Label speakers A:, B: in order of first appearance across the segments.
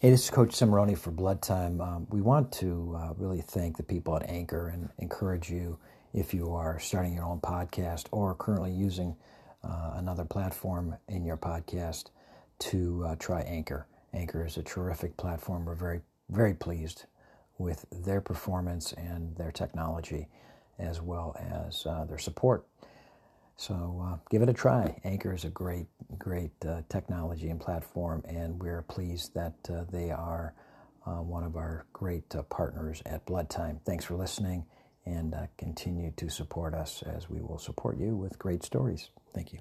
A: Hey, this is Coach Cimarroni for Blood Time. Um, we want to uh, really thank the people at Anchor and encourage you if you are starting your own podcast or currently using uh, another platform in your podcast to uh, try Anchor. Anchor is a terrific platform. We're very, very pleased with their performance and their technology as well as uh, their support. So uh, give it a try. Anchor is a great, great uh, technology and platform, and we're pleased that uh, they are uh, one of our great uh, partners at Blood Time. Thanks for listening and uh, continue to support us as we will support you with great stories. Thank you.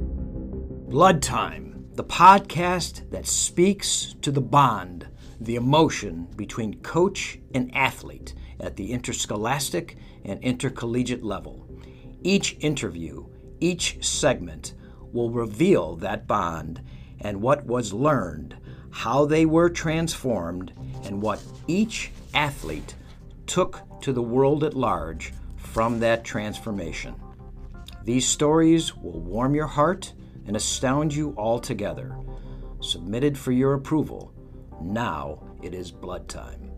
B: Blood Time, the podcast that speaks to the bond, the emotion between coach and athlete at the interscholastic and intercollegiate level. Each interview, each segment will reveal that bond and what was learned, how they were transformed, and what each athlete took to the world at large from that transformation. These stories will warm your heart and astound you altogether. Submitted for your approval, now it is blood time.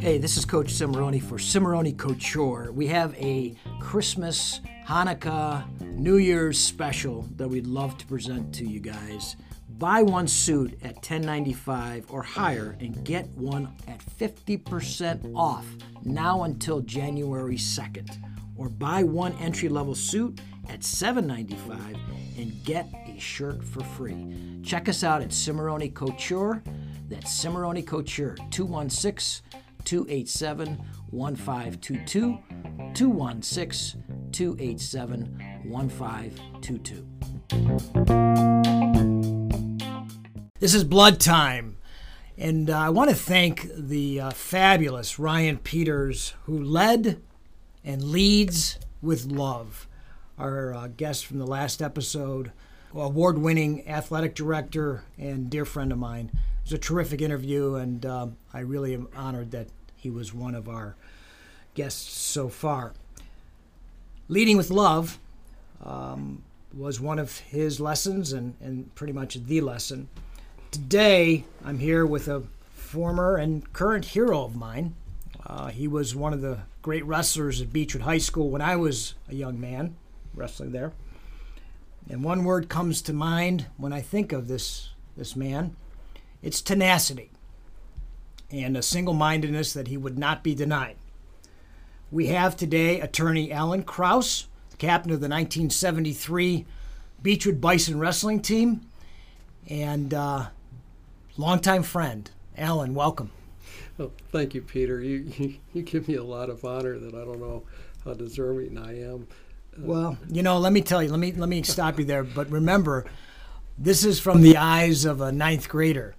B: Hey, this is Coach Cimarroni for Cimarroni Couture. We have a Christmas, Hanukkah, New Year's special that we'd love to present to you guys. Buy one suit at 1095 or higher and get one at 50% off now until January 2nd. Or buy one entry level suit at 795 and get a shirt for free. Check us out at Cimarroni Couture. That's Cimarroni Couture, 216 287 1522. 216 287 1522. This is Blood Time. And uh, I want to thank the uh, fabulous Ryan Peters, who led and leads with love. Our uh, guest from the last episode, award winning athletic director and dear friend of mine. It was a terrific interview, and um, I really am honored that he was one of our guests so far. Leading with love um, was one of his lessons, and, and pretty much the lesson. Today, I'm here with a former and current hero of mine. Uh, he was one of the great wrestlers at Beechwood High School when I was a young man, wrestling there. And one word comes to mind when I think of this this man. It's tenacity and a single-mindedness that he would not be denied. We have today attorney Alan Kraus, the captain of the 1973 Beechwood Bison wrestling team, and uh, longtime friend Alan. Welcome.
C: Well, thank you, Peter. You, you you give me a lot of honor that I don't know how deserving I am.
B: Well, you know, let me tell you, let me let me stop you there. But remember, this is from the eyes of a ninth grader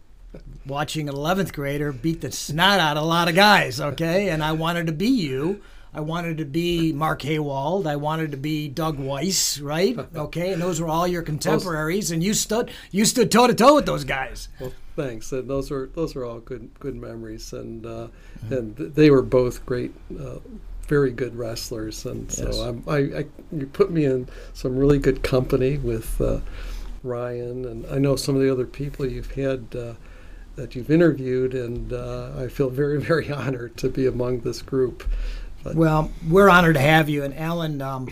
B: watching an eleventh grader beat the snot out of a lot of guys. Okay, and I wanted to be you. I wanted to be Mark Haywald. I wanted to be Doug Weiss, right? Okay, and those were all your contemporaries, and you stood you stood toe to toe with those guys.
C: Well, thanks. And those are those are all good good memories, and uh, and th- they were both great, uh, very good wrestlers. And
B: Yes.
C: so I'm, I, I you put me in some really good company with uh, Ryan, and I know some of the other people you've had. Uh, that you've interviewed, and uh, I feel very, very honored to be among this group. But
B: Well, we're honored to have you. And Alan, um,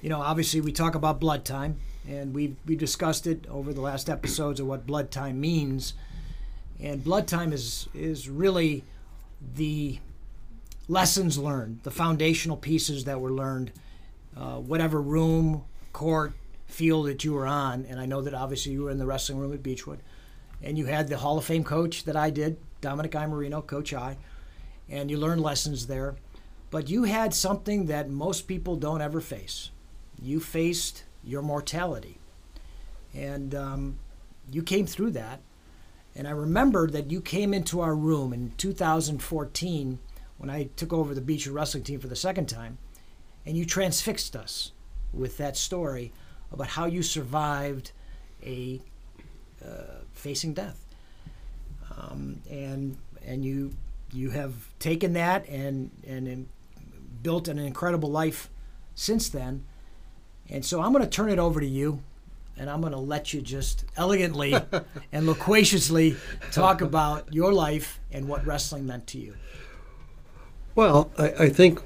B: you know, obviously we talk about blood time, and we we discussed it over the last episodes of what blood time means. And blood time is is really the lessons learned, the foundational pieces that were learned, uh, whatever room, court, field that you were on. And I know that obviously you were in the wrestling room at Beechwood, and you had the Hall of Fame coach that I did, Dominic I. Marino, Coach I, and you learned lessons there. But you had something that most people don't ever face. You faced your mortality. And um, you came through that. And I remember that you came into our room in 2014 when I took over the Beach Wrestling team for the second time. And you transfixed us with that story about how you survived a uh, facing death. Um, and and you you have taken that and and in- built an incredible life since then. And so I'm going to turn it over to you, and I'm going to let you just elegantly and loquaciously talk about your life and what wrestling meant to you.
C: Well, I, I think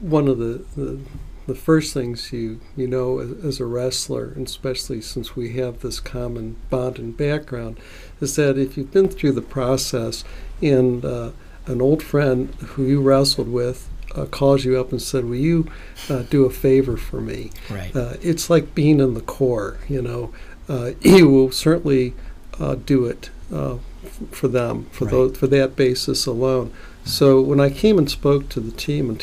C: one of the, the the first things you you know as, as a wrestler, and especially since we have this common bond and background, is that if you've been through the process and uh, an old friend who you wrestled with uh, calls you up and said, "Will you uh, do a favor for me?"
A: Right.
C: Uh, it's like being in the Corps. You know, uh, you will certainly uh, do it uh, f- for them for
A: Right.
C: those, for that basis alone. So when I came and spoke to the team in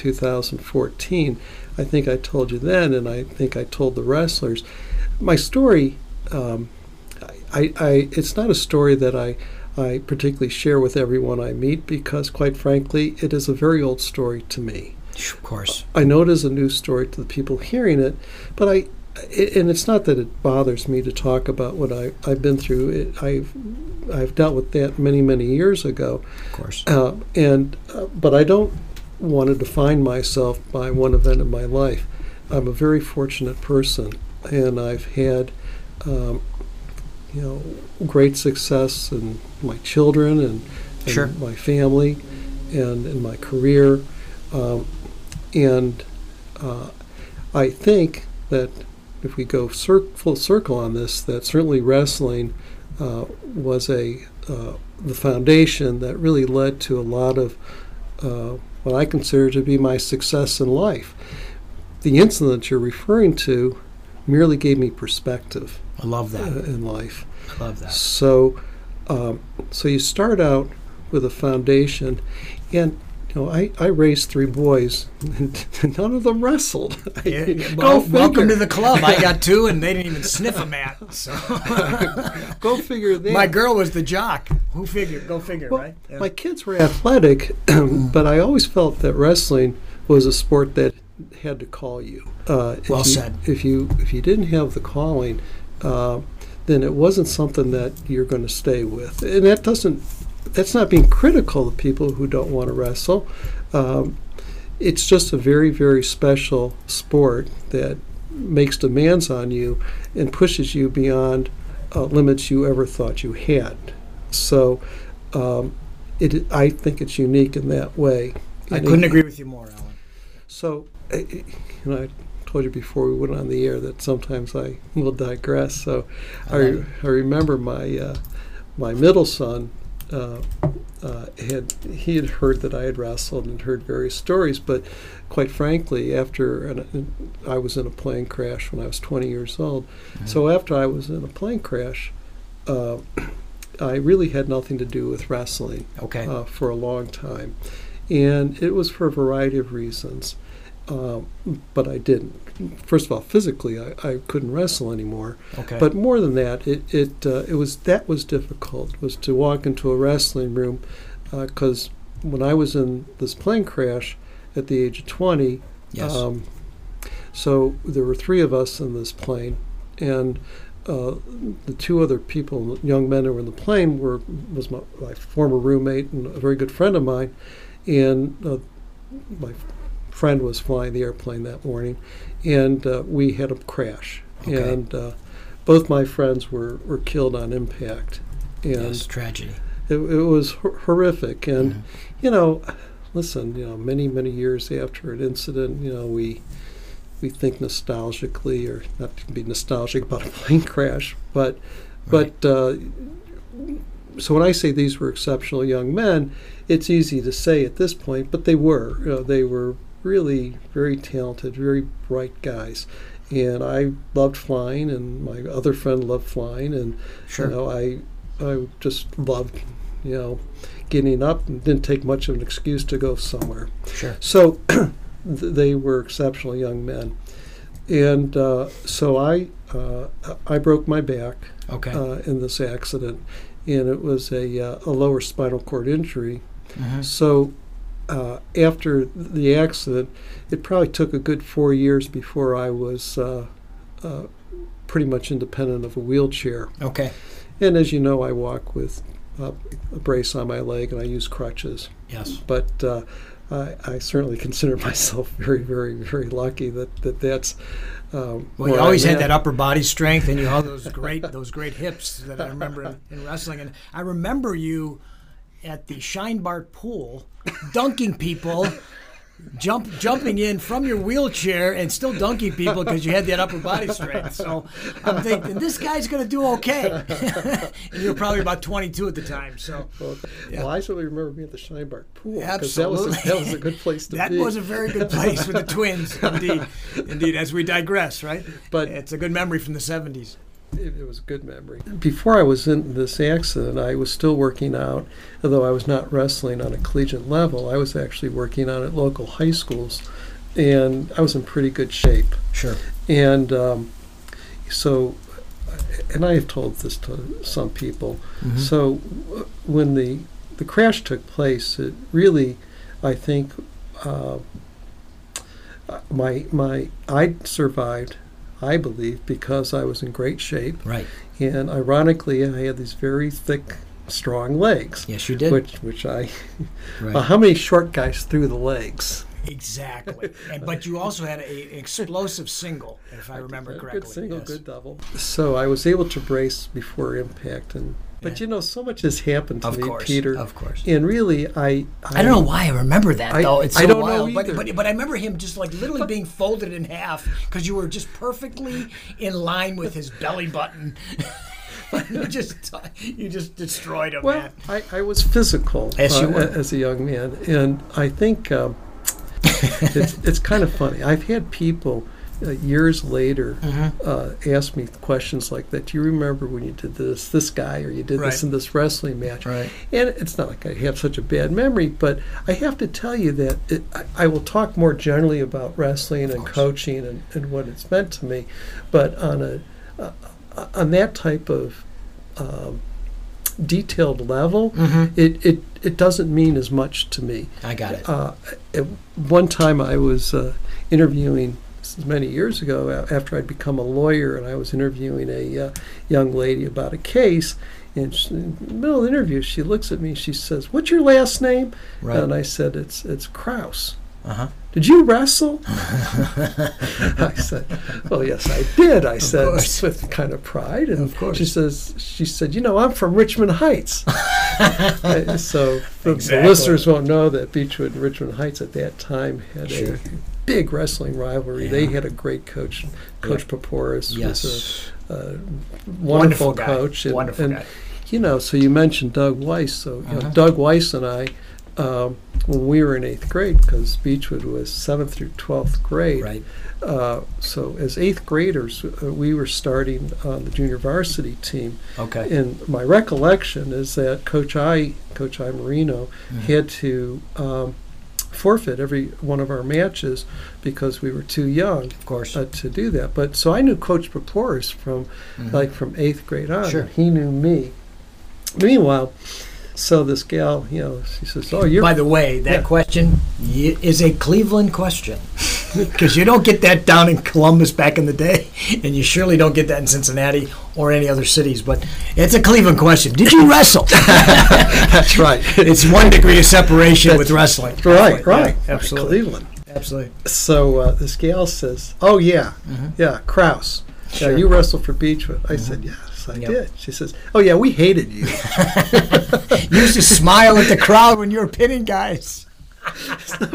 C: 2014, I think I told you then, and I think I told the wrestlers, my story. Um, I, I, I, it's not a story that I, I particularly share with everyone I meet because, quite frankly, it is a very old story to me.
A: Of course.
C: I know it is a new story to the people hearing it, but I, i- and it's not that it bothers me to talk about what I, I've been through. It, I've, I've dealt with that many, many years ago.
A: Of course.
C: Uh, and, uh, but I don't want to define myself by one event in my life. I'm a very fortunate person, and I've had, um, you know, great success in my children and, and
A: Sure.
C: my family, and in my career, um, and uh, I think that if we go cir- full circle on this, that certainly wrestling uh, was a uh, the foundation that really led to a lot of uh, what I consider to be my success in life. The incident you're referring to merely gave me perspective
A: I love
C: uh,
A: that.
C: in life.
A: I love that.
C: So, um, so you start out with a foundation, and you know I, I raised three boys, and none of them wrestled.
B: Yeah, yeah,
C: Go
B: well, welcome to
C: figure.
B: the club. I got two, and they didn't even sniff a mat. So
C: Go figure that.
B: my girl was the jock. Who figured? Go figure,
C: Well,
B: right? Yeah.
C: My kids were athletic, but I always felt that wrestling was a sport that had to call you. Uh, if
B: Well
C: you-
B: said.
C: If you if you didn't have the calling, uh, then it wasn't something that you're going to stay with, and that doesn't. That's not being critical of people who don't want to wrestle. Um, it's just a very very special sport that makes demands on you and pushes you beyond uh, limits you ever thought you had. So, um, it I think it's unique in that way.
B: I
C: And
B: couldn't
A: uh,
C: it-
B: agree with you more, Alan.
C: So, I- I- you know, I told you before we went on the air that sometimes I will digress. So, I,
B: I love
C: I remember my uh, my middle son uh, uh, had he had heard that I had wrestled and heard various stories, but quite frankly, after an, I was in a plane crash when I was 20 years old, so after I was in a plane crash, uh, I really had nothing to do with wrestling
A: Okay.
C: uh, for a long time, and it was for a variety of reasons. Um, but I didn't. First of all, physically, I, I couldn't wrestle anymore.
A: okay.
C: But more than that, it it uh, it was that was difficult. Was to walk into a wrestling room, because when I was in this plane crash at the age of twenty,
A: yes.
C: um, so there were three of us in this plane, and uh, the two other people, young men who were in the plane, were was my, my former roommate and a very good friend of mine, and uh, my friend was flying the airplane that morning, and uh, we had a crash,
A: Okay.
C: and uh, both my friends were, were killed on impact, and
A: yes. Tragedy.
C: it, it was hor- horrific and you know listen you know many many years after an incident you know we we think nostalgically or not to be nostalgic about a plane crash but but uh, so when I say these were exceptional young men, it's easy to say at this point, but they were. You know, they were really very talented, very bright guys, and I loved flying, and my other friend loved flying, and
A: Sure.
C: you know I I just loved you know getting up and didn't take much of an excuse to go somewhere.
A: Sure.
C: So th- they were exceptional young men, and uh, so I uh, I broke my back
A: Okay.
C: uh, in this accident, and it was a, uh, a lower spinal cord injury.
A: Mhm.
C: So, uh, after the accident, it probably took a good four years before I was uh, uh, pretty much independent of a wheelchair.
A: Okay.
C: And as you know, I walk with uh, a brace on my leg and I use crutches.
B: Yes.
C: But uh, I, I certainly consider myself very, very, very lucky that, that that's. Um,
B: Well, you
C: where
B: always
C: I'm
B: had
C: at.
B: that upper body strength, and you had those great those great hips that I remember in, in wrestling. And I remember you at the Scheinbart pool, dunking people, jump jumping in from your wheelchair and still dunking people because you had that upper body strength. So I'm thinking this guy's going to do okay. and you were probably about 22 at the time, so
C: Well, I certainly remember being at the Scheinbach pool because that was
B: absolutely
C: a, that was a good place to
B: that
C: be.
B: was a very good place with the twins, indeed. Indeed, as we digress, right?
C: But-
B: it's a good memory from the 70s.
C: it, it was a good memory. Before I was in this accident, I was still working out, although I was not wrestling on a collegiate level. I was actually working out at local high schools, and I was in pretty good shape.
B: Sure.
C: And um, so, and I have told this to some people.
B: Mm-hmm.
C: So w- when the the crash took place, it really, I think, uh, my my I survived. I believe because I was in great shape,
B: Right.
C: and ironically, I had these very thick, strong legs,
B: Yes, you did.
C: which which I.
A: Right.
C: Well, how many short guys threw the legs?
B: Exactly. And, but you also had a, an explosive single, if I remember correctly.
C: Good single,
B: Yes.
C: good double. So I was able to brace before impact, and but
B: Yeah.
C: you know, so much has happened to
B: Of
C: me,
B: course.
C: Peter.
B: Of course.
C: And really, I
B: I don't know why I remember that
C: I-
B: though. It's so
C: I don't know
B: wild,
C: either.
B: but, but but I remember him just like literally being folded in half because you were just perfectly in line with his belly button. you just you just destroyed him,
C: Well,
B: man.
C: I, I was physical
B: Yes, you
C: uh,
B: were.
C: a- as a young man, and I think um, it's, it's kind of funny. I've had people uh, years later
B: Mm-hmm.
C: uh, ask me questions like that. Do you remember when you did this, this guy, or you did
B: Right.
C: this in this wrestling match?
B: Right.
C: And it's not like I have such a bad memory, but I have to tell you that it, I, I will talk more generally about wrestling and coaching and, and what it's meant to me, but on a uh, on that type of um, detailed level, it, it, it doesn't mean as much to me.
B: I got it.
C: Uh, at one time I was uh, interviewing, this is many years ago, a- after I'd become a lawyer, and I was interviewing a uh, young lady about a case. And she, in the middle of the interview, she looks at me and she says, What's your last name? And I said, It's, it's Kraus.
A: Uh-huh.
C: Did you wrestle? I said, "Well, yes, I did." I said
B: course.
C: with kind of pride, and
B: Of course.
C: she says, "She said, you know, I'm from Richmond Heights." Uh, so the,
B: Exactly.
C: the listeners won't know that Beechwood and Richmond Heights at that time had a
A: Sure.
C: big wrestling rivalry. They
A: Yeah.
C: had a great coach, Coach Paporis was
A: Yes.
C: a, a wonderful,
B: Wonderful guy.
C: coach, and,
B: Wonderful
C: and
B: guy.
C: you know, so you mentioned Doug Weiss. So you know,
A: Mhm.
C: Doug Weiss and I, um, when we were in eighth grade, because Beechwood was seventh through twelfth grade.
A: Right.
C: Uh, so as eighth graders, uh, we were starting on the junior varsity team.
A: Okay.
C: And my recollection is that Coach I, Coach I Marino, had to um, forfeit every one of our matches because we were too young
A: Of course.
C: uh, to do that. But so I knew Coach Paporis from
B: Mm-hmm.
C: like from eighth grade on.
A: Sure.
C: He knew me. Meanwhile, so this gal, you know, she says, "Oh, you're
B: By the way, that
C: Yeah.
B: question y- is a Cleveland question because you don't get that down in Columbus back in the day, and you surely don't get that in Cincinnati or any other cities. But it's a Cleveland question. Did you wrestle?
C: that's right,
B: it's one degree of separation with wrestling.
C: right, right,
B: Yeah, absolutely,
C: Cleveland."
B: absolutely.
C: So uh, this gal says, "Oh yeah, yeah, Kraus.
B: Mm-hmm. Sure. Mm-hmm.
C: Yeah, you wrestled for Beechwood." I said, "Yes, I
B: Yep.
C: did." She says, "Oh yeah, we hated you."
B: You used to smile at the crowd when you were pinning guys.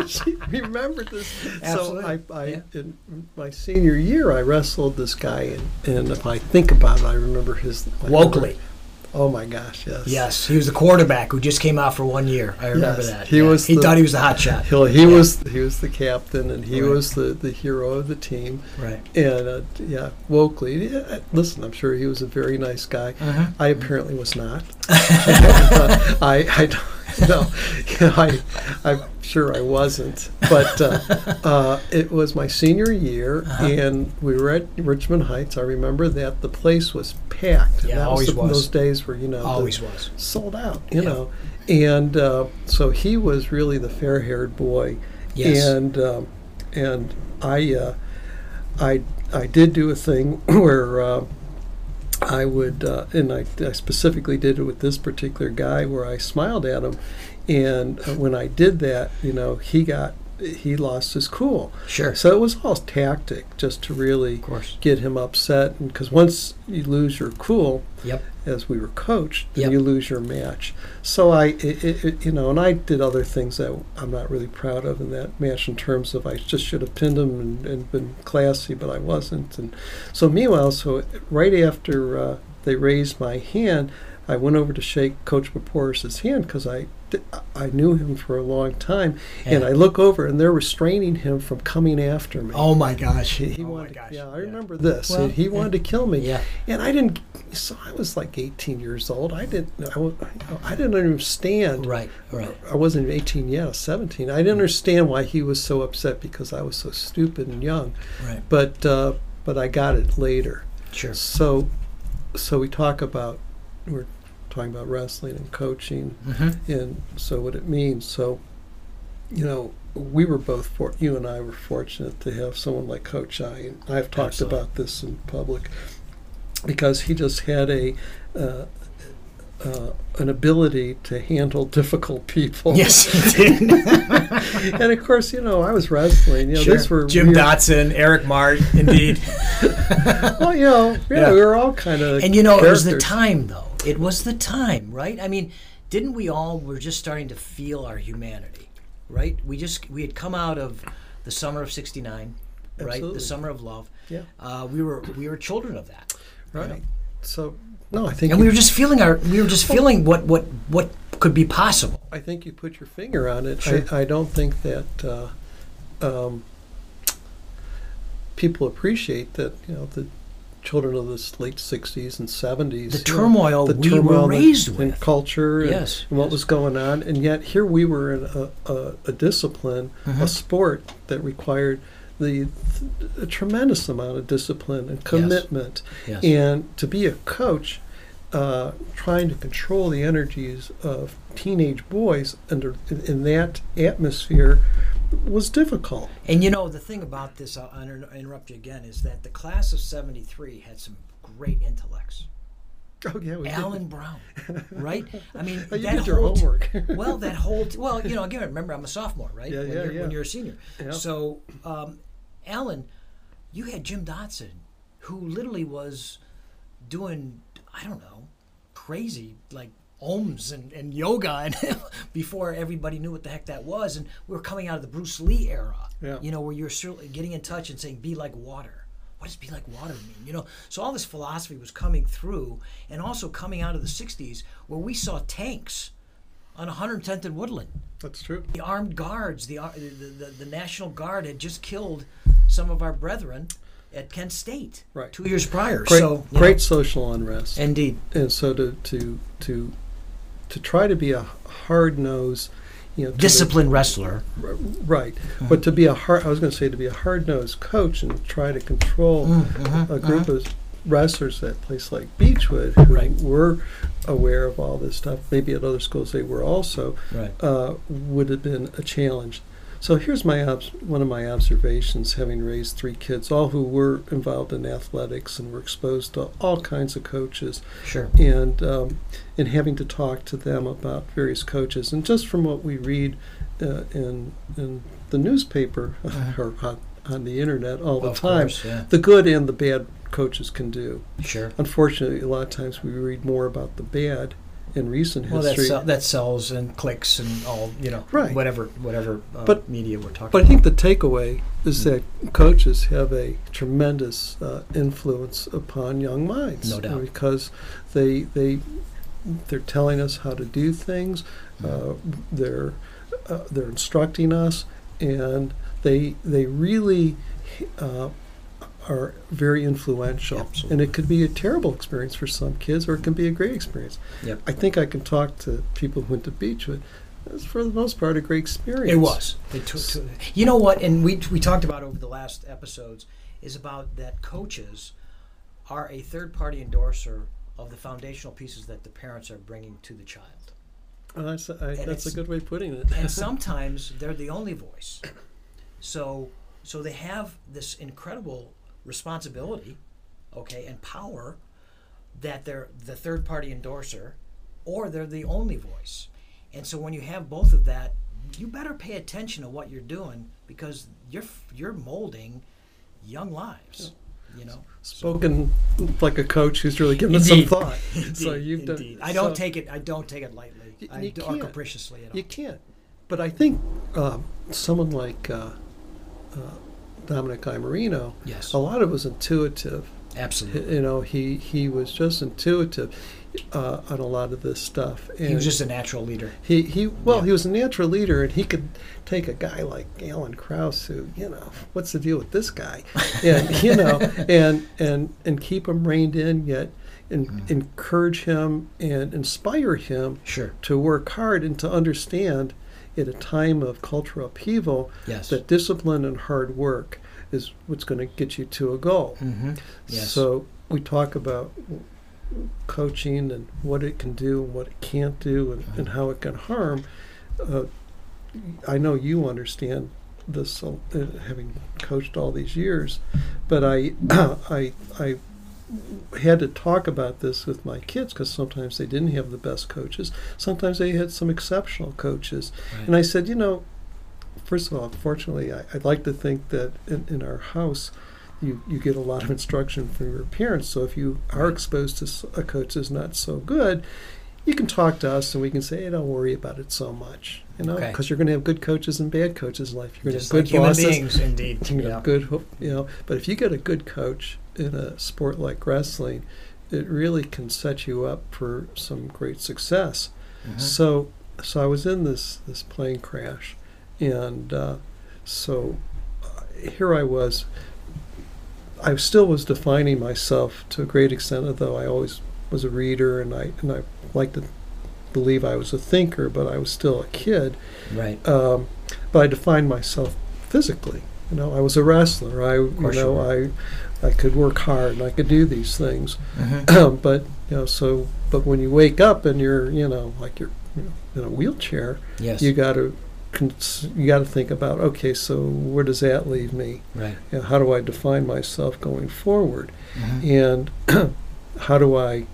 C: she remembered this.
B: Absolutely.
C: So I, I
B: Yeah.
C: in my senior year, I wrestled this guy, and, and if I think about it, I remember his I remember-
B: Wokley.
C: Oh my gosh, yes.
B: Yes, he was the quarterback who just came out for one year. I remember
C: Yes,
B: that.
C: he
B: Yeah.
C: was
B: He
C: the-
B: thought he was a hot shot.
C: He, he was he was the captain, and he
B: Right.
C: was the, the hero of the team.
B: Right.
C: And uh, yeah, Wokley. Yeah, uh, listen, I'm sure he was a very nice guy.
B: Uh-huh.
C: I apparently was not. I I don't. No, you know, I, I'm sure I wasn't, but uh, uh, it was my senior year,
B: Uh-huh.
C: and we were at Richmond Heights. I remember that the place was packed. and
B: Yeah,
C: that
B: always
C: the,
B: was.
C: Those days were, you know, the-
B: Always was.
C: sold out, you
B: Yeah.
C: know. And uh, so he was really the fair-haired boy.
B: Yes.
C: And um, and I uh, I I did do a thing where uh, I would, uh, and I, I specifically did it with this particular guy where I smiled at him, and uh, when I did that, you know, he got he lost his cool.
B: Sure.
C: So it was all tactic just to really
B: Of course.
C: get him upset, because once you lose your cool,
B: Yep.
C: as we were coached, then
B: Yep.
C: you lose your match. So I, it, it, it- you know, and I did other things that I'm not really proud of in that match in terms of I just should have pinned him and, and been classy, but I wasn't. And so meanwhile, so right after uh, they raised my hand, I went over to shake Coach Paporis' hand because I, di- I knew him for a long time, and I look over and they're restraining him from coming after me.
B: oh my gosh.
C: He, he
B: oh
C: wanted,
B: my gosh.
C: yeah, I remember this.
B: Well,
C: he wanted to kill me.
B: Yeah.
C: And I didn't. So I was like 18 years old. I didn't. I, wa- I didn't understand.
B: Right. Right.
C: I wasn't even 18 yet. I was 17. I didn't understand why he was so upset because I was so stupid and young.
B: Right.
C: But uh, but I got it later.
B: Sure.
C: So so we talk about we're talking about wrestling and coaching
B: hmm
C: and so what it means. So, you know, we were both for you and I were fortunate to have someone like Coach I. And I've talked
B: Absolutely.
C: about this in public because he just had a uh, uh, an ability to handle difficult people.
B: Yes, he did.
C: and of course, you know, I was wrestling. You know,
B: Sure.
C: these were
D: Jim
C: weird-
D: Dotson, Eric Mart, indeed.
C: Well, you know, yeah,
D: Yeah.
C: we were all kind of
B: and you know, it was the
C: characters.
B: time, though. It was the time, right? I mean, didn't we all were just starting to feel our humanity, right? We just we had come out of the summer of '69, right?
C: Absolutely.
B: The summer of love.
C: Yeah.
B: Uh, we were we were children of that,
C: right? So, no, I think
B: and
C: you-
B: we were just feeling our we were just feeling what what what could be possible.
C: I think you put your finger on it.
B: Sure.
C: I, I don't think that uh, um, people appreciate that you know the children of this late '60s and '70s.
B: The
C: you know,
B: turmoil we were
C: turmoil in-
B: raised
C: in
B: with.
C: culture, and,
B: Yes,
C: and what was going on, and yet here we were in a, a, a discipline,
B: Uh-huh.
C: a sport that required the a tremendous amount of discipline and commitment.
B: Yes.
C: And to be a coach, uh, trying to control the energies of teenage boys under in, in that atmosphere was difficult.
B: And you know, the thing about this, I'll inter- interrupt you again, is that the class of 73 had some great intellects.
C: Oh yeah, we did.
B: Alan Brown, right? I mean,
C: Oh, you
B: that
C: did your
B: whole t-
C: homework.
B: well, that whole t- well, you know, again, remember, I'm a sophomore, right?
C: Yeah,
B: when,
C: yeah,
B: you're,
C: yeah.
B: when you're a senior.
C: Yeah.
B: So, um, Alan, you had Jim Dotson, who literally was doing, I don't know, crazy like ohms and, and yoga and before everybody knew what the heck that was and we were coming out of the bruce lee era
C: Yeah.
B: you know where you're certainly getting in touch and saying be like water what does be like water mean you know so all this philosophy was coming through and also coming out of the 60s where we saw tanks on 110th and woodland
C: That's true.
B: the armed guards the, ar- the, the, the national guard had just killed some of our brethren at kent state
C: Right.
B: two years prior
C: Great,
B: so you
C: great social unrest.
B: know, indeed
C: and so to to to to try to be a hard nosed you know to the-
B: disciplined wrestler
C: right but to be a hard i was going to say to be a hard nosed coach and try to control
B: Mm-hmm.
C: a
B: Uh-huh.
C: group of wrestlers at a place like beechwood who
B: Right.
C: were aware of all this stuff maybe at other schools they were also
B: right
C: uh, would have been a challenge so here's my obs- one of my observations having raised three kids all who were involved in athletics and were exposed to all kinds of coaches
B: Uh, sure
C: and um, and having to talk to them about various coaches and just from what we read uh, in in the newspaper or on, on the internet all the
B: Uh-huh. Of
C: time
B: course, yeah.
C: the good and the bad coaches can do
B: sure
C: unfortunately a lot of times we read more about the bad in recent
B: Well, that,
C: history
B: sell, that sells and clicks and all you know,
C: Right.
B: whatever whatever uh,
C: But-
B: media we're talking.
C: but I
B: about.
C: think the takeaway is that coaches have a tremendous uh, influence upon young minds.
B: No doubt.
C: Because they they they're telling us how to do things. Uh, they're uh, they're instructing us, and they they really uh, are very influential. And
B: Absolutely.
C: it could be a terrible experience for some kids, or it can be a great experience.
B: Yep.
C: I think I can talk to people who went to Beechwood. It's for the most part a great experience.
B: it was. They took, took- you know what? And we we talked about over the last episodes is about that coaches are a third party endorser of the foundational pieces that the parents are bringing to the child,
C: Well, Oh, that's a, I,
B: And
C: that's a
B: it's-
C: good way of putting it.
B: and sometimes they're the only voice. So so they have this incredible responsibility, okay, and power that they're the third party endorser or they're the only voice. And so when you have both of that, you better pay attention to what you're doing because you're f- you're molding young lives. You know,
C: Spoken like a coach who's really given it some
B: Indeed.
C: thought. so you've
B: Indeed.
C: done.
B: I don't
C: so
B: take it. I don't take it lightly.
C: Y-
B: I
C: you
B: d- or
C: can't.
B: capriciously at all.
C: You can't. But I think uh, someone like uh, uh, Dominic Imerino,
B: Yes.
C: a lot of it was intuitive.
B: Absolutely.
C: You know, he he was just intuitive uh, on a lot of this stuff. And
B: He was just a natural leader.
C: He, he well, he was a natural leader, and he could take a guy like Alan Krauss, who you know, what's the deal with this guy, and you know, and and and keep him reined in, yet and encourage him and inspire him
B: Sure.
C: to work hard and to understand at a time of cultural upheaval
B: Yes.
C: that discipline and hard work is what's going to get you to a goal.
B: Mm-hmm. Yes.
C: So we talk about coaching and what it can do and what it can't do and, and how it can harm. Uh, I know you understand this, uh, having coached all these years, but I, I, I had to talk about this with my kids because sometimes they didn't have the best coaches. Sometimes they had some exceptional coaches,
B: Right.
C: and I said, you know, first of all, fortunately, I, I'd like to think that in, in our house, you, you get a lot of instruction from your parents. So if you are exposed to s- a coach that's not so good, you can talk to us and we can say, hey, don't worry about it so much. You know,
B: Okay.
C: because you're going to have good coaches and bad coaches in life. You're going to
B: Just
C: have good
B: like human
C: bosses.
B: beings, indeed.
C: You know,
B: Yeah.
C: good, ho- you know. But if you get a good coach in a sport like wrestling, it really can set you up for some great success.
B: Mhm.
C: So, so I was in this this plane crash, and uh, so uh, here I was. I still was defining myself to a great extent, although I always was a reader and I and I like to believe I was a thinker, but I was still a kid.
B: Right.
C: Um, but I defined myself physically. You know, I was a wrestler. I you
B: course you
C: know I I could work hard and I could do these things
B: Mhm.
C: but you know, so but when you wake up and you're you know like you're you know, in a wheelchair,
B: Yes.
C: you got to cons- you got to think about okay, so where does that leave me?
B: right.
C: You know, how do I define myself going forward,
B: Mhm.
C: and how do I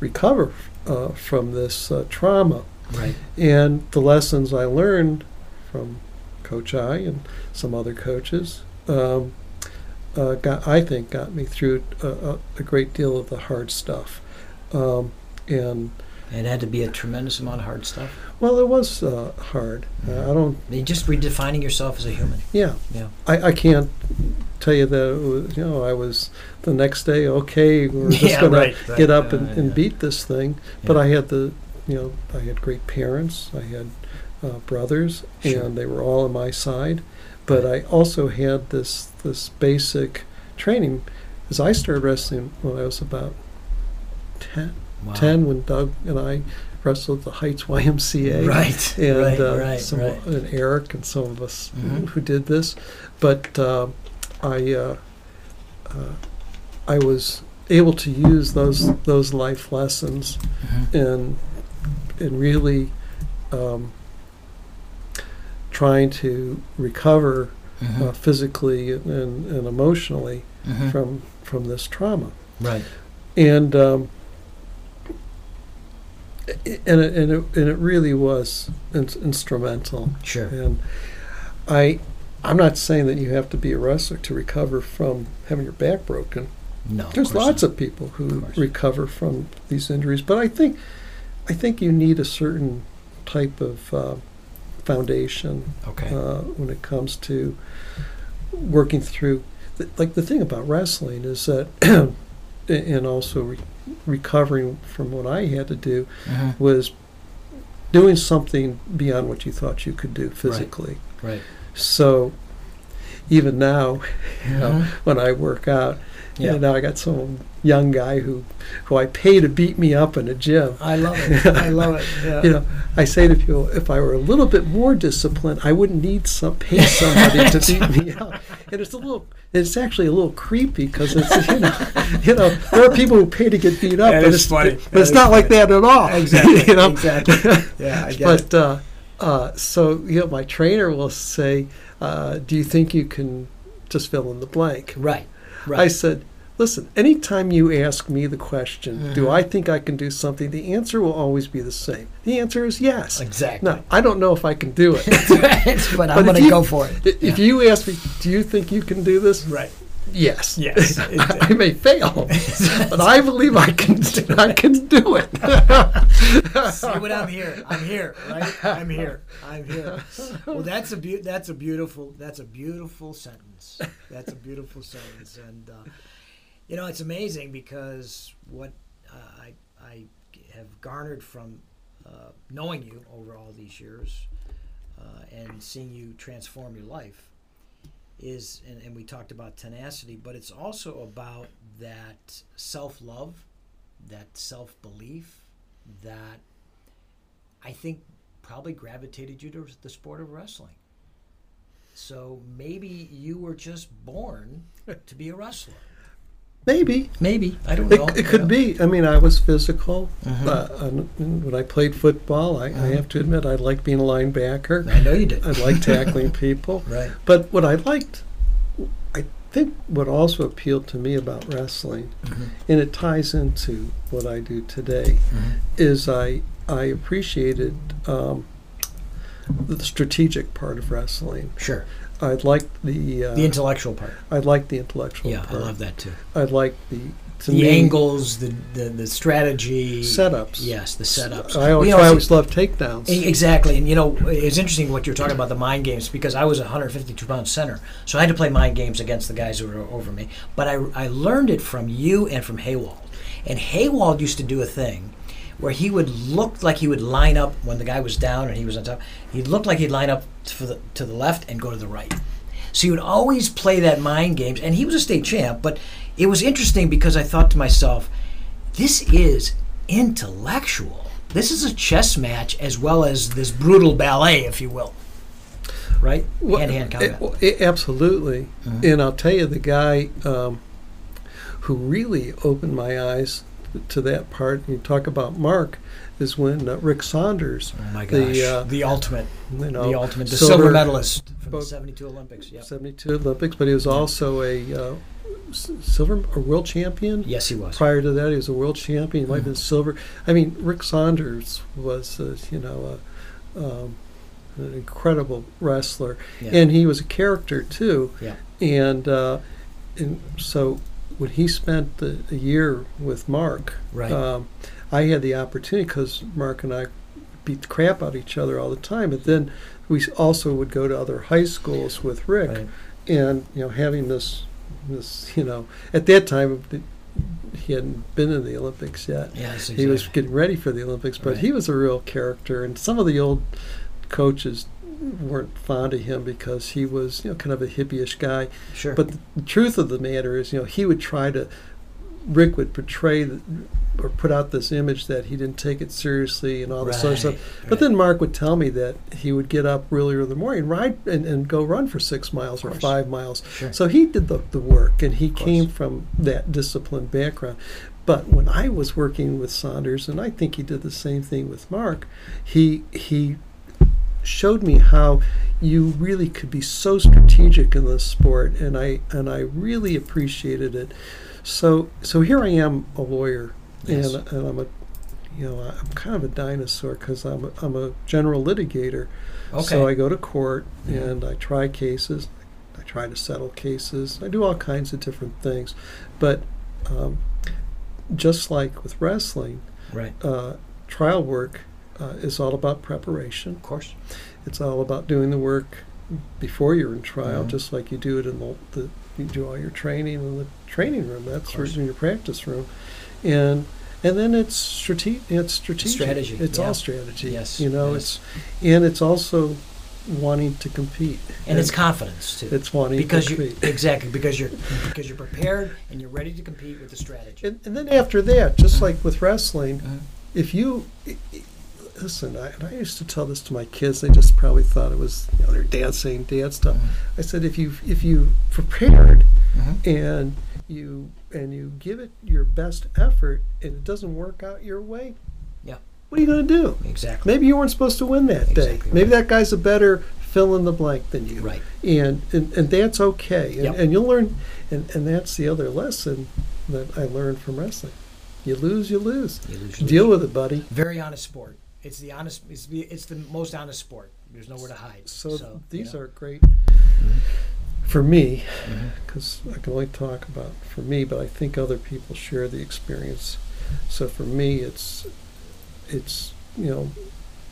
C: recover uh, from this uh, trauma?
B: Right.
C: And the lessons I learned from Coach I and some other coaches, um, uh, got, I think, got me through a, a, a great deal of the hard stuff. Um, and
B: It had to be a tremendous amount of hard stuff.
C: well, it was uh, hard. Uh, I don't.
B: I mean, just redefining yourself as a human.
C: Yeah.
B: Yeah.
C: I, I can't tell you that. It was, you know, I was the next day. Okay, we're just
B: Yeah,
C: going
B: right,
C: to
B: right.
C: get up and,
B: Uh,
C: and
B: yeah.
C: beat this thing. But
B: Yeah.
C: I had the, you know, I had great parents. I had uh, brothers,
B: Sure.
C: and they were all on my side. But I also had this this basic training, as I started wrestling when I was about 10,
B: Wow.
C: 10 when Doug and I wrestled the Heights YMCA
B: Right.
C: and
B: right.
C: uh,
B: right.
C: some,
B: right.
C: and Eric and some of us
B: Mhm.
C: who did this. But uh, I uh, uh, I was able to use those those life lessons
B: Mhm.
C: and and really um, trying to recover
B: Mhm.
C: uh, physically and, and emotionally
B: Mhm.
C: from from this trauma
B: Right.
C: and um, i- and it, and it, and it really was in, instrumental.
B: Sure.
C: And I, I'm not saying that you have to be a wrestler to recover from having your back broken.
B: No.
C: There's lots of people who
B: Of course.
C: recover from these injuries, but I think, I think you need a certain type of uh, foundation
B: Okay.
C: uh, when it comes to working through. th- Like the thing about wrestling is that, a- and also re- recovering from what I had to do
B: Mhm.
C: was doing something beyond what you thought you could do physically.
B: Right.
C: So even now, you know,
B: Mhm.
C: when I work out, you know,
B: Yeah.
C: now I got some young guy who, who I pay to beat me up in a gym.
B: I love it. I love it. Yeah.
C: You know, I say to people, if I were a little bit more disciplined, I wouldn't need some pay somebody to beat me up. And it's a little, it's actually a little creepy because it's you know, you know, there are people who pay to get beat up,
D: That
C: but
D: is
C: it's
D: funny.
C: but
D: That
C: it's
D: is
C: not like that at all.
D: Exactly.
C: you know?
D: Exactly. Yeah, I get it.
C: But uh, uh, so you know, my trainer will say, uh, "Do you think you can just fill in the blank?"
B: Right.
C: I
B: Right.
C: said, Listen, anytime you ask me the question,
B: Mm-hmm.
C: do I think I can do something? The answer will always be the same. The answer is yes.
B: Exactly.
C: Now, I don't know if I can do it.
B: but I'm
C: if
B: going to
C: you-
B: go for it.
C: I- If you ask me, do you think you can do this?
B: Right.
C: Yes.
B: Yes.
C: I may fail, but I believe I can. I can do it.
B: See what I'm here. I'm here. Right. I'm here. I'm here. Well, that's a beau- that's a beautiful that's a beautiful sentence. That's a beautiful sentence, and uh, you know it's amazing because what uh, I I have garnered from uh, knowing you over all these years uh, and seeing you transform your life is and, and we talked about tenacity, but it's also about that self love, that self belief, that I think probably gravitated you to the sport of wrestling. So maybe you were just born to be a wrestler.
C: Maybe
B: Maybe I don't
C: it,
B: know. Mm-hmm.
C: it could be. I mean, I was physical. Uh, and- and when I played football, I, I have to admit I liked being a linebacker.
B: I know you did.
C: I liked tackling people.
B: Right.
C: But what I liked, I think what also appealed to me about wrestling,
B: Mm-hmm.
C: and it ties into what I do today,
B: Mm-hmm.
C: is I I appreciated um, the strategic part of wrestling.
B: Sure.
C: I liked the, uh,
B: The intellectual part.
C: I liked the intellectual
B: Yeah, I
C: part.
B: love that too.
C: I liked the to
B: The
C: me,
B: angles, the, the the strategy.
C: setups.
B: Yes, the setups.
C: I always,
B: You know, it's-
C: I always love takedowns.
B: E- Exactly, and you know it's interesting what you're talking about the mind games because I was a 152 pound center, so I had to play mind games against the guys who were over me. But I, I learned it from you and from Haywald, and Haywald used to do a thing where he would look like he would line up when the guy was down and he was on top. He looked like he'd line up to the, to the left and go to the right. So he would always play that mind games, and he was a state champ. But it was interesting because I thought to myself, this is intellectual. This is a chess match as well as this brutal ballet, if you will. Right?
C: Well,
B: Hand to hand
C: it-
B: combat. Uh-huh.
C: well, it- absolutely. And I'll tell you, the guy um, who really opened my eyes to that part, and you talk about Mark, is when uh, Rick Saunders,
B: oh my gosh.
C: the,
B: The,
C: uh,
B: ultimate.
C: you know,
B: The ultimate. The silver, medalist from
C: bo-
B: the 72 Olympics. Yep.
C: 72 Olympics, but he was also a uh, s- silver, a world champion.
B: Yes, Mm-hmm. he was.
C: Prior to that, he was a world champion. He might have been silver. I mean, Rick Saunders was, uh, you know, a, um, an incredible wrestler,
B: Yeah.
C: and he was a character too.
B: Yeah.
C: And uh, and so when he spent the, a year with Mark,
B: Right.
C: um, I had the opportunity because Mark and I beat the crap out of each other all the time, but then we s- also would go to other high schools with Rick
B: Right.
C: and you know having this this you know at that time th- he hadn't been in the Olympics yet.
B: Yeah, that's
C: He was
B: exactly-
C: getting ready for the Olympics, but
B: Right.
C: he was a real character, and some of the old coaches weren't fond of him because he was you know kind of a hippie-ish guy.
B: Sure.
C: But the truth of the matter is, you know, he would try to. Rick would portray the, or put out this image that he didn't take it seriously and all this other stuff.
B: Right,
C: But
B: right.
C: then Mark would tell me that he would get up really early in the morning, and ride and, and go run for six miles or
B: course.
C: five miles.
B: Sure.
C: So he did the, the work, and he
B: course.
C: came from that disciplined background. But when I was working with Saunders, and I think he did the same thing with Mark, he he showed me how you really could be so strategic in this sport, and I and I really appreciated it. So so here I am, a lawyer,
B: Yes.
C: and and I'm a you know I'm kind of a dinosaur because I'm a, I'm a general litigator. So I go to court and I try cases. I try to settle cases. I do all kinds of different things, but um, just like with wrestling,
B: right.
C: uh, trial work uh, is all about preparation.
B: Of course.
C: It's all about doing the work before you're in trial,
B: Mhm.
C: just like you do it in the, the you do all your training in the training room. That's where
B: course.
C: in your practice room, and and then it's strate- it's strategic.
B: Strategy,
C: It's
B: yeah.
C: all strategy.
B: Yes,
C: you know
B: yes.
C: it's and it's also wanting to compete.
B: And it's confidence too.
C: it's wanting
B: because you
C: to compete.
B: exactly because you're because you're prepared and you're ready to compete with the strategy.
C: And, and then after that, just like with wrestling,
B: Mhm.
C: if you i- i- listen, I, and I used to tell this to my kids. They just probably thought it was you know, their dad saying dad stuff.
B: Mm-hmm.
C: I said, if you if you prepared
B: Uh-huh.
C: and you and you give it your best effort, and it doesn't work out your way,
B: Yeah.
C: what are you going to do?
B: Exactly.
C: Maybe you weren't supposed to win that day.
B: Exactly
C: Maybe that guy's a better fill in the blank than you.
B: Right.
C: And and, and that's okay. And,
B: Yep.
C: and you'll learn, and, and that's the other lesson that I learned from wrestling. You lose, you lose.
B: You lose, you
C: Deal with it, buddy.
B: Very honest sport. It's the honest. It's the, it's the most honest sport. There's nowhere to hide.
C: So, these
B: yeah.
C: are great for me, because I can only talk about for me, but I think other people share the experience. So for me, it's it's you know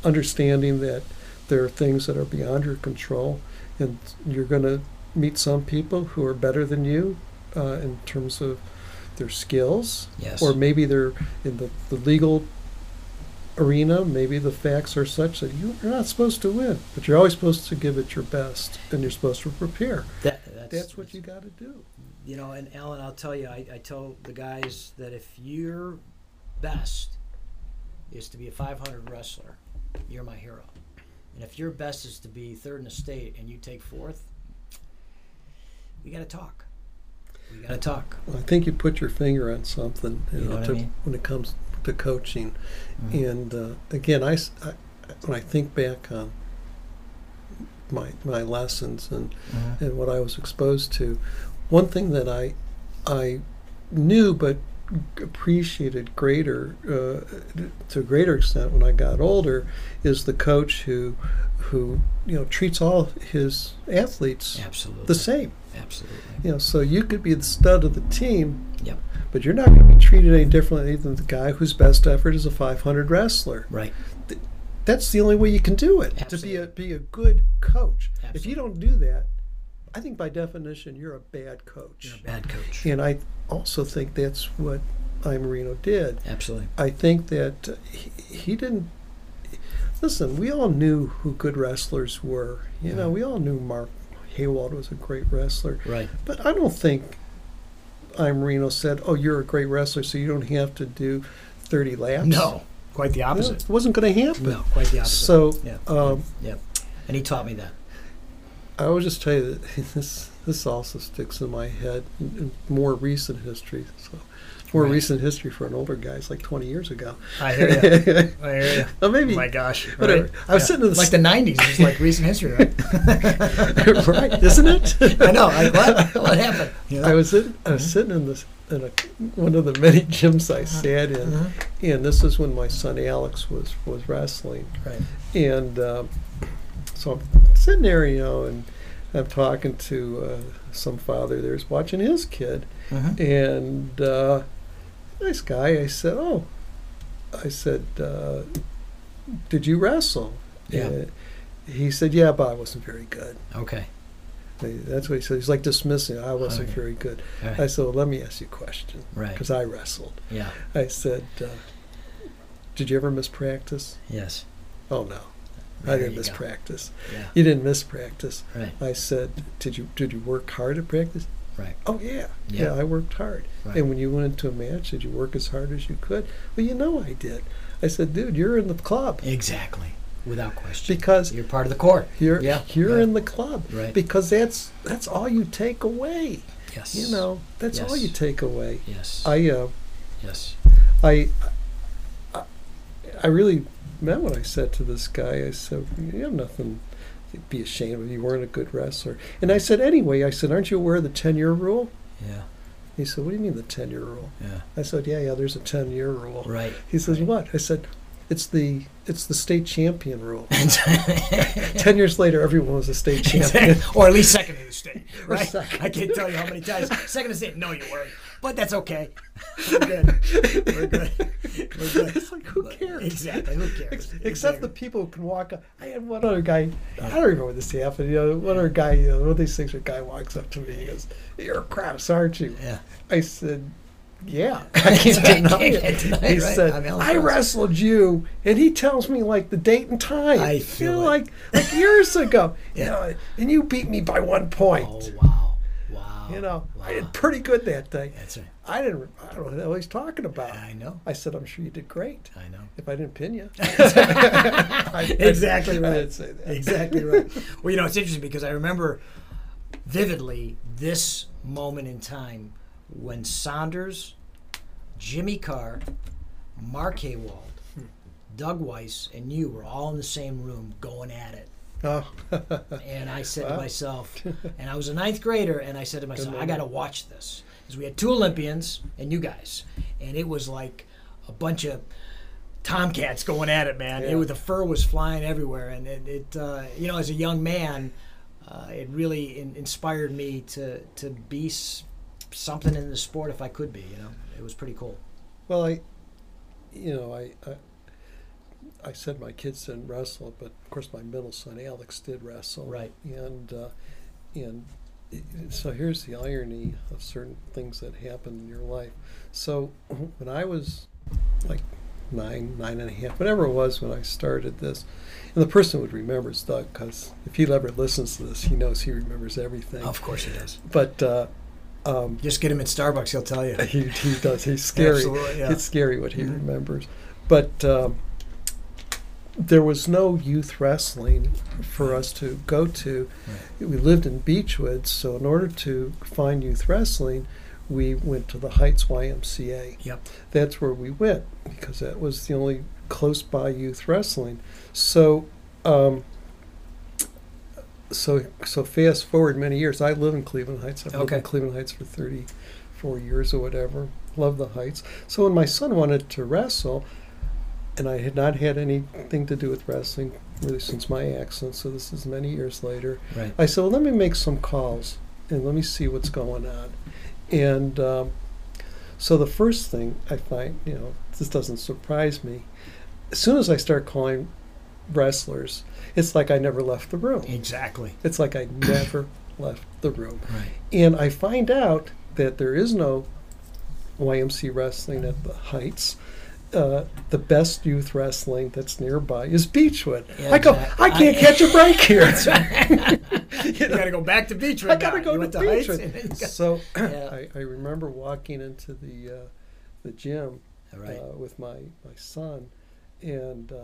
C: understanding that there are things that are beyond your control, and you're going to meet some people who are better than you uh, in terms of their skills,
B: yes.
C: or maybe they're in the, the legal arena, maybe the facts are such that you- you're not supposed to win, but you're always supposed to give it your best and you're supposed to prepare.
B: That- that's,
C: That's what you got to do.
B: You know, and Alan, I'll tell you, I, I tell the guys that if your best is to be a 500 wrestler, you're my hero. And if your best is to be third in the state and you take fourth, we got to talk. We got to talk.
C: Well, I think you put your finger on something
A: You know what I
C: to-
A: mean?
C: when it comes to coaching. And uh, again, I, s- I- when I think back on my, my lessons and
A: Mhm.
C: and what I was exposed to. One thing that I I knew but appreciated greater uh, to a greater extent when I got older is the coach who who you know treats all his athletes
B: Absolutely.
C: the same.
B: Absolutely.
C: You know, so you could be the stud of the team,
B: Yep.
C: but you're not going to be treated any differently than the guy whose best effort is a 500 wrestler
B: Right.
C: that's the only way you can do it to
B: Absolutely.
C: be a be a good coach. If
B: Absolutely.
C: you don't do that, I think by definition you're a bad coach.
B: You're a bad coach.
C: And I also think that's what I Marino did.
B: Absolutely.
C: I think that he, he didn't. Listen, we all knew who good wrestlers were. You know, we all knew Mark Haywald was a great wrestler.
B: Right.
C: But I don't think I Marino said, "Oh, you're a great wrestler, so you don't have to do 30 laps."
B: No. Quite the
C: You know,
B: opposite.
C: it wasn't going to happen.
B: No, quite the opposite.
C: So
B: yeah.
C: um,
B: yeah. And he taught me that.
C: I will just tell you that this this also sticks in my head in, in more recent history. So more
B: Right.
C: recent history for an older guy is like 20 years ago.
B: I hear you. I hear you.
C: Uh, maybe
B: My gosh.
C: whatever.
B: Right.
C: I was sitting in the
B: like the 90s is like recent history, right?
C: right, isn't it?
B: I know. Like, what? What happened? You know?
C: I was in, I was
B: Mm-hmm.
C: sitting in this in a, one of the many gyms
B: Uh-huh.
C: I sat in, and this is when my son Alex was was wrestling,
B: Right.
C: and um, so I'm sitting there, you know, and I'm talking to uh, some father there's watching his kid, Uh-huh. and uh, nice guy. I said, "Oh," I said, uh, "Did you wrestle?"
B: Yeah.
C: And he said, "Yeah, but I wasn't very good."
B: Okay.
C: That's what he said. He's like dismissing. I wasn't
B: Okay.
C: very good.
B: All
C: I
B: right.
C: said, well, "Let me ask you a question,"
B: Right.
C: because I wrestled.
B: Yeah.
C: I said, uh, "Did you ever miss practice?"
B: Yes.
C: Oh no, I
B: There
C: didn't
B: you
C: miss
B: go.
C: practice.
B: Yeah.
C: You didn't miss practice.
B: Right.
C: I said, "Did you did you work hard at practice?"
B: Right.
C: Oh yeah,
B: Yeah.
C: yeah. I worked hard.
B: Right.
C: And when you went into a match, did you work as hard as you could? Well, you know I did. I said, dude, you're in the club
B: Exactly. Without question.
C: because
B: You're part of the core.
C: you're
B: Yeah.
C: you're
B: Yeah.
C: in the club
B: Right.
C: because that's that's all you take away.
B: Yes.
C: You know, that's all you
B: Yes.
C: take away.
B: Yes.
C: I uh,
B: yes.
C: I, I, I really meant what I said to this guy. I said, "You have nothing to be ashamed of. You weren't a good wrestler." And I said, "Anyway," I said, "Aren't you aware of the ten-year rule?"
B: Yeah.
C: He said, "What do you mean the ten-year rule?"
B: Yeah.
C: I said, "Yeah, yeah. There's a ten-year rule."
B: Right.
C: He says, "What?" I said, "It's the it's the state champion rule." ten years later, everyone was a state champion.
B: or at least second in the state. Right.
C: second.
B: I can't tell you how many times second in the state. No, you weren't. But that's okay. We're good. We're good. We're good.
C: It's like, who cares?
B: Exactly. Who cares?
C: Except
B: Exactly.
C: the people who can walk up. I had one other guy. I don't remember this happened. You know, one other guy. You know, one of these things. where A guy walks up to me. He goes, "You're a Kraus, aren't you?"
B: Yeah.
C: I said, "Yeah." I can't deny
B: can't
C: it.
B: deny
C: he
B: it, right?
C: said,
B: I'm Alan
C: "I
B: Kraus."
C: wrestled you," and he tells me like the date and time.
B: I
C: You
B: feel
C: know,
B: it.
C: like like years ago.
B: Yeah.
C: You know, and you beat me by one point.
B: Oh wow. Wow.
C: You know,
B: Wow.
C: I did pretty good that day.
B: That's right.
C: I didn't. I don't know what the hell he's talking about.
B: I know.
C: uh, I said, I'm sure you did great.
B: I know.
C: If I didn't pin you,
B: Exactly
C: I
B: right.
C: didn't say that.
B: Exactly right. Well, you know, it's interesting because I remember vividly this moment in time when Saunders, Jimmy Carr, Mark Haywald, Doug Weiss, and you were all in the same room going at it
C: Oh.
B: and I said to myself, and I was a ninth grader, and I said to myself, I got to watch this. Because we had two Olympians and you guys. And it was like a bunch of tomcats going at it, man. It
C: Yeah.
B: was, the fur was flying everywhere. And it, it uh, you know, as a young man, uh, it really in, inspired me to, to be s- something in the sport if I could be, you know. It was pretty cool.
C: Well, I, you know, I, I, I said my kids didn't wrestle, but of course my middle son Alex did wrestle.
B: Right.
C: And, uh, and i- so here's the irony of certain things that happen in your life. So when I was like nine, nine and a half, whatever it was when I started this, and the person would remember is Doug because if he ever listens to this, he knows he remembers everything.
B: course it does.
C: But uh, um,
B: Just get him at Starbucks, he'll tell you.
C: he, he does. He's scary.
B: Absolutely, yeah.
C: It's scary what he
B: Mhm.
C: remembers. But um, there was no youth wrestling for us to go to. We lived in Beechwood, so in order to find youth wrestling, we went to the Heights YMCA.
B: Yep.
C: That's where we went because that was the only close by youth wrestling. So, um, so so fast forward many years. I live in Cleveland Heights. I've lived
B: Okay.
C: in Cleveland Heights for thirty four years or whatever. Love the Heights. So when my son wanted to wrestle, and I had not had anything to do with wrestling really since my accident, so this is many years later.
B: Right.
C: I said, well, let me make some calls and let me see what's going on. And um, so the first thing I find, you know, this doesn't surprise me. As soon as I start calling wrestlers, it's like I never left the room.
B: Exactly.
C: It's like I never left the room.
B: Right.
C: And I find out that there is no YMC wrestling at the Heights. Uh, the best youth wrestling that's nearby is Beechwood.
B: Yeah,
C: I go,
B: exact-
C: I can't
B: I-
C: catch a break here. You
B: You
C: know?
B: gotta go back to Beechwood.
C: I gotta
B: now.
C: go
B: You
C: to
B: went
C: the
B: Heights
C: beach.
B: and then you
C: with-
B: got-
C: So
B: Yeah.
C: I, I remember walking into the uh, the gym
B: Right.
C: uh, with my my son, and uh,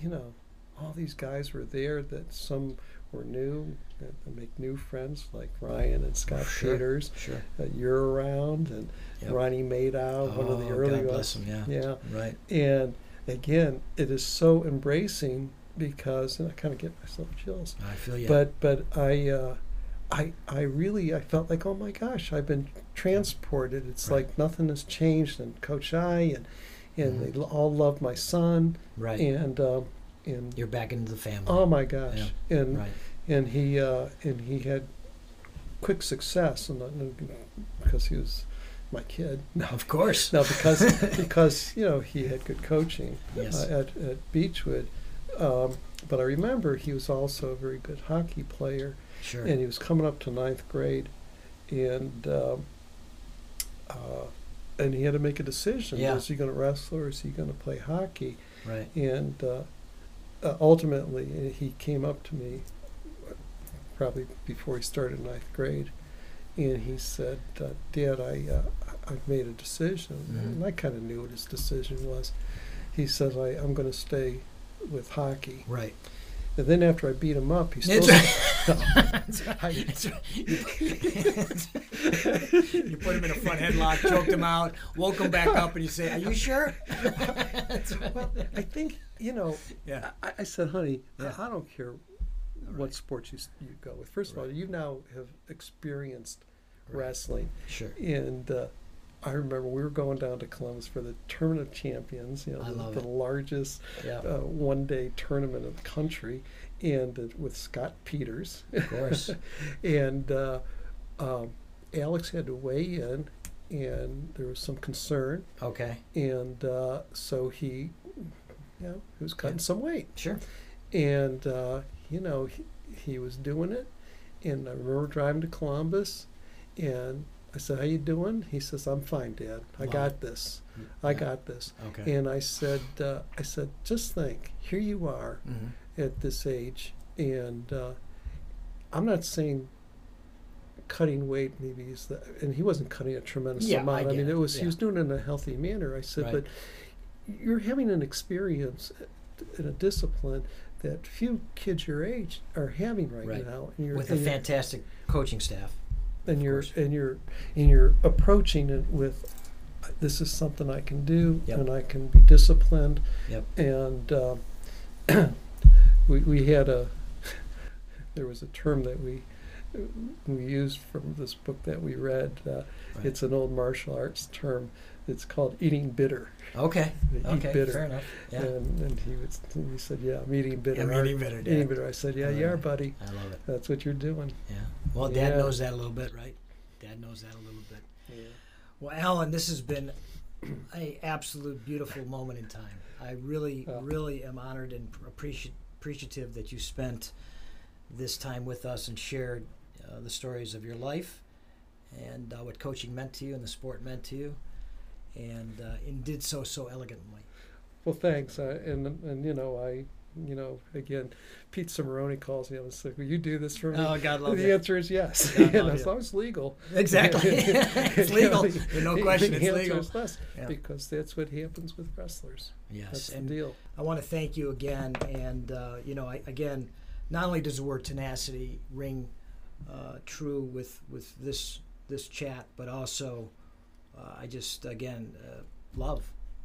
C: you know, all these guys were there that some were new. and I make new friends like Ryan and Scott
B: Oh, Sure.
C: Peters
B: Sure.
C: that you're around, and
B: Yep.
C: Ronnie Madow, one of the
B: Oh,
C: early
B: God
C: ones.
B: bless him. Yeah.
C: Yeah,
B: Right.
C: and again, it is so embracing because, and I kind of get myself chills
B: I feel you.
C: but but I, uh, I I really I felt like oh my gosh I've been transported. It's
B: Right.
C: like nothing has changed. And Coach I and and
B: Mhm.
C: they lo- all love my son
B: right.
C: and um, and
B: You're back into the family.
C: oh my gosh and
B: right.
C: and he uh, and he had quick success and not- not because he was my kid. No,
B: Of course.
C: no, because because you know he had good coaching
B: Yes.
C: uh, at, at Beechwood. Um, but I remember he was also a very good hockey player,
B: Sure.
C: and he was coming up to ninth grade, and um, uh, and he had to make a decision:
B: Yeah.
C: is he going to wrestle or is he going to play hockey?
B: right.
C: And uh, uh, ultimately, uh, he came up to me uh, probably before he started ninth grade, and he said, uh, "Dad, I uh, I- I've made a decision,"
B: Mhm.
C: and I kind of knew what his decision was. He said, I, "I'm going to stay." With hockey,
B: Right.
C: and then after I beat him up, he still
B: That's right. That's right. You put him in a front headlock, choked him out, woke him back up, and you say, "Are you sure?" That's right.
C: Well, I think you know.
B: Yeah.
C: I, I said, honey, I-
B: Yeah.
C: I don't care what sports you s- you go with. First of all, you now have experienced wrestling,
B: Sure.
C: and uh, I remember we were going down to Columbus for the Tournament of Champions. You know,
B: I
C: the,
B: love
C: the
B: it.
C: largest
B: Yeah.
C: uh, one-day tournament in the country, and it, with Scott Peters,
B: Of course.
C: and uh, um, Alex had to weigh in, and there was some concern,
B: Okay.
C: and uh, so he. You know, he was cutting
B: Yeah.
C: some weight
B: Sure.
C: and uh, you know he, he was doing it and i remember driving to columbus and i said how you doing he says i'm fine dad i
B: Wow.
C: got this i
B: Yeah.
C: got this
B: Okay.
C: and i said uh, i said just think here you are
B: hmm
C: at this age and uh, i'm not saying cutting weight maybe is the and he wasn't cutting a tremendous
B: Yeah, I
C: amount i,
B: get
C: mean
B: it,
C: it was
B: yeah.
C: he was doing it in a healthy manner i said
B: Right.
C: but you're having an experience in a discipline that few kids your age are having right,
B: Right.
C: now and you're
B: With a
C: and, you're,
B: fantastic coaching staff.
C: and
B: of
C: you're
B: course.
C: and you're and you're approaching it with this is something i can do
B: Yep.
C: and i can be disciplined
B: Yep.
C: and um, we, we had a there was a term that we we used from this book that we read. Uh, It's an old martial arts term. It's called eating bitter.
D: Okay.
C: They eat
D: Okay.
C: bitter.
D: Fair enough. Yeah.
C: And, and he would he said, "Yeah, I'm eating bitter.
B: I'm
C: aren't-
B: eating bitter,
C: Eating
B: Dad."
C: bitter." I said, "Yeah,
B: Uh,
C: you are, buddy.
D: I love it.
C: That's what you're doing."
D: Yeah.
B: Well, Dad
C: Yeah.
B: knows that a little bit, right? Dad knows that a little bit. Well, Alan, this has been a absolute beautiful moment in time. I really,
C: Yeah.
B: really am honored and appreciative appreciative that you spent this time with us and shared uh, the stories of your life and uh, what coaching meant to you and the sport meant to you, and uh, and did so so elegantly.
C: Well, thanks. I, and and you know, I you know, again, Pete Cimarroni calls me up and says, "Will you do this for me?"
B: Oh, God love
C: the
B: you.
C: answer is yes,
B: God
C: and
B: love
C: as
B: you.
C: long as it's legal.
B: Exactly, it's legal.
C: You know, the-
B: No question,
C: the
B: it's
C: answer
B: legal.
C: is yes,
B: Yeah.
C: because that's what happens with wrestlers.
B: Yes,
C: That's
B: and
C: the deal.
B: I want to thank you again. And, uh, you know, I, again, not only does the word tenacity ring uh, true with, with this, this chat, but also uh, I just, again, uh, love.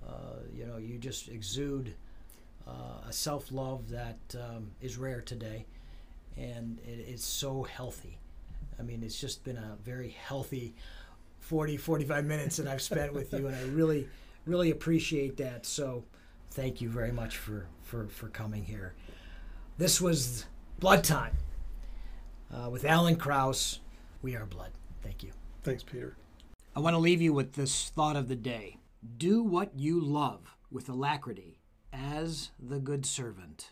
B: Uh, you know, you just exude uh, a self love that um, is rare today. And it, it's so healthy. I mean, it's just been a very healthy 40, 45 minutes that I've spent with you. And I really, really appreciate that. So, thank you very much for for for coming here. This was Blood Time uh, with Alan Krauss. We are blood. Thank you.
C: Thanks, Peter.
B: I want to leave you with this thought of the day: Do what you love with alacrity, as the good servant.